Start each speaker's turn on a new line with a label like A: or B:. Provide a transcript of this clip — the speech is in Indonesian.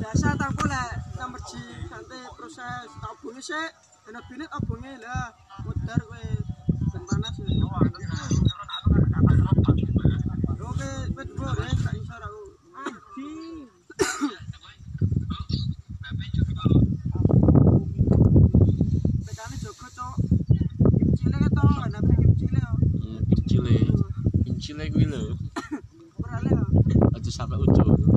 A: biasa tak boleh nomor ji nanti proses tabung sih benar benar tabungnya lah muter gue dan panas weh. oke betul gue tak insar aku bedanya juga cok kecilnya kan tau kan tapi kecilnya
B: Hmm, Eh, Kincile. Kincile kuwi lho.
A: beralih
B: Aja sampe ujung.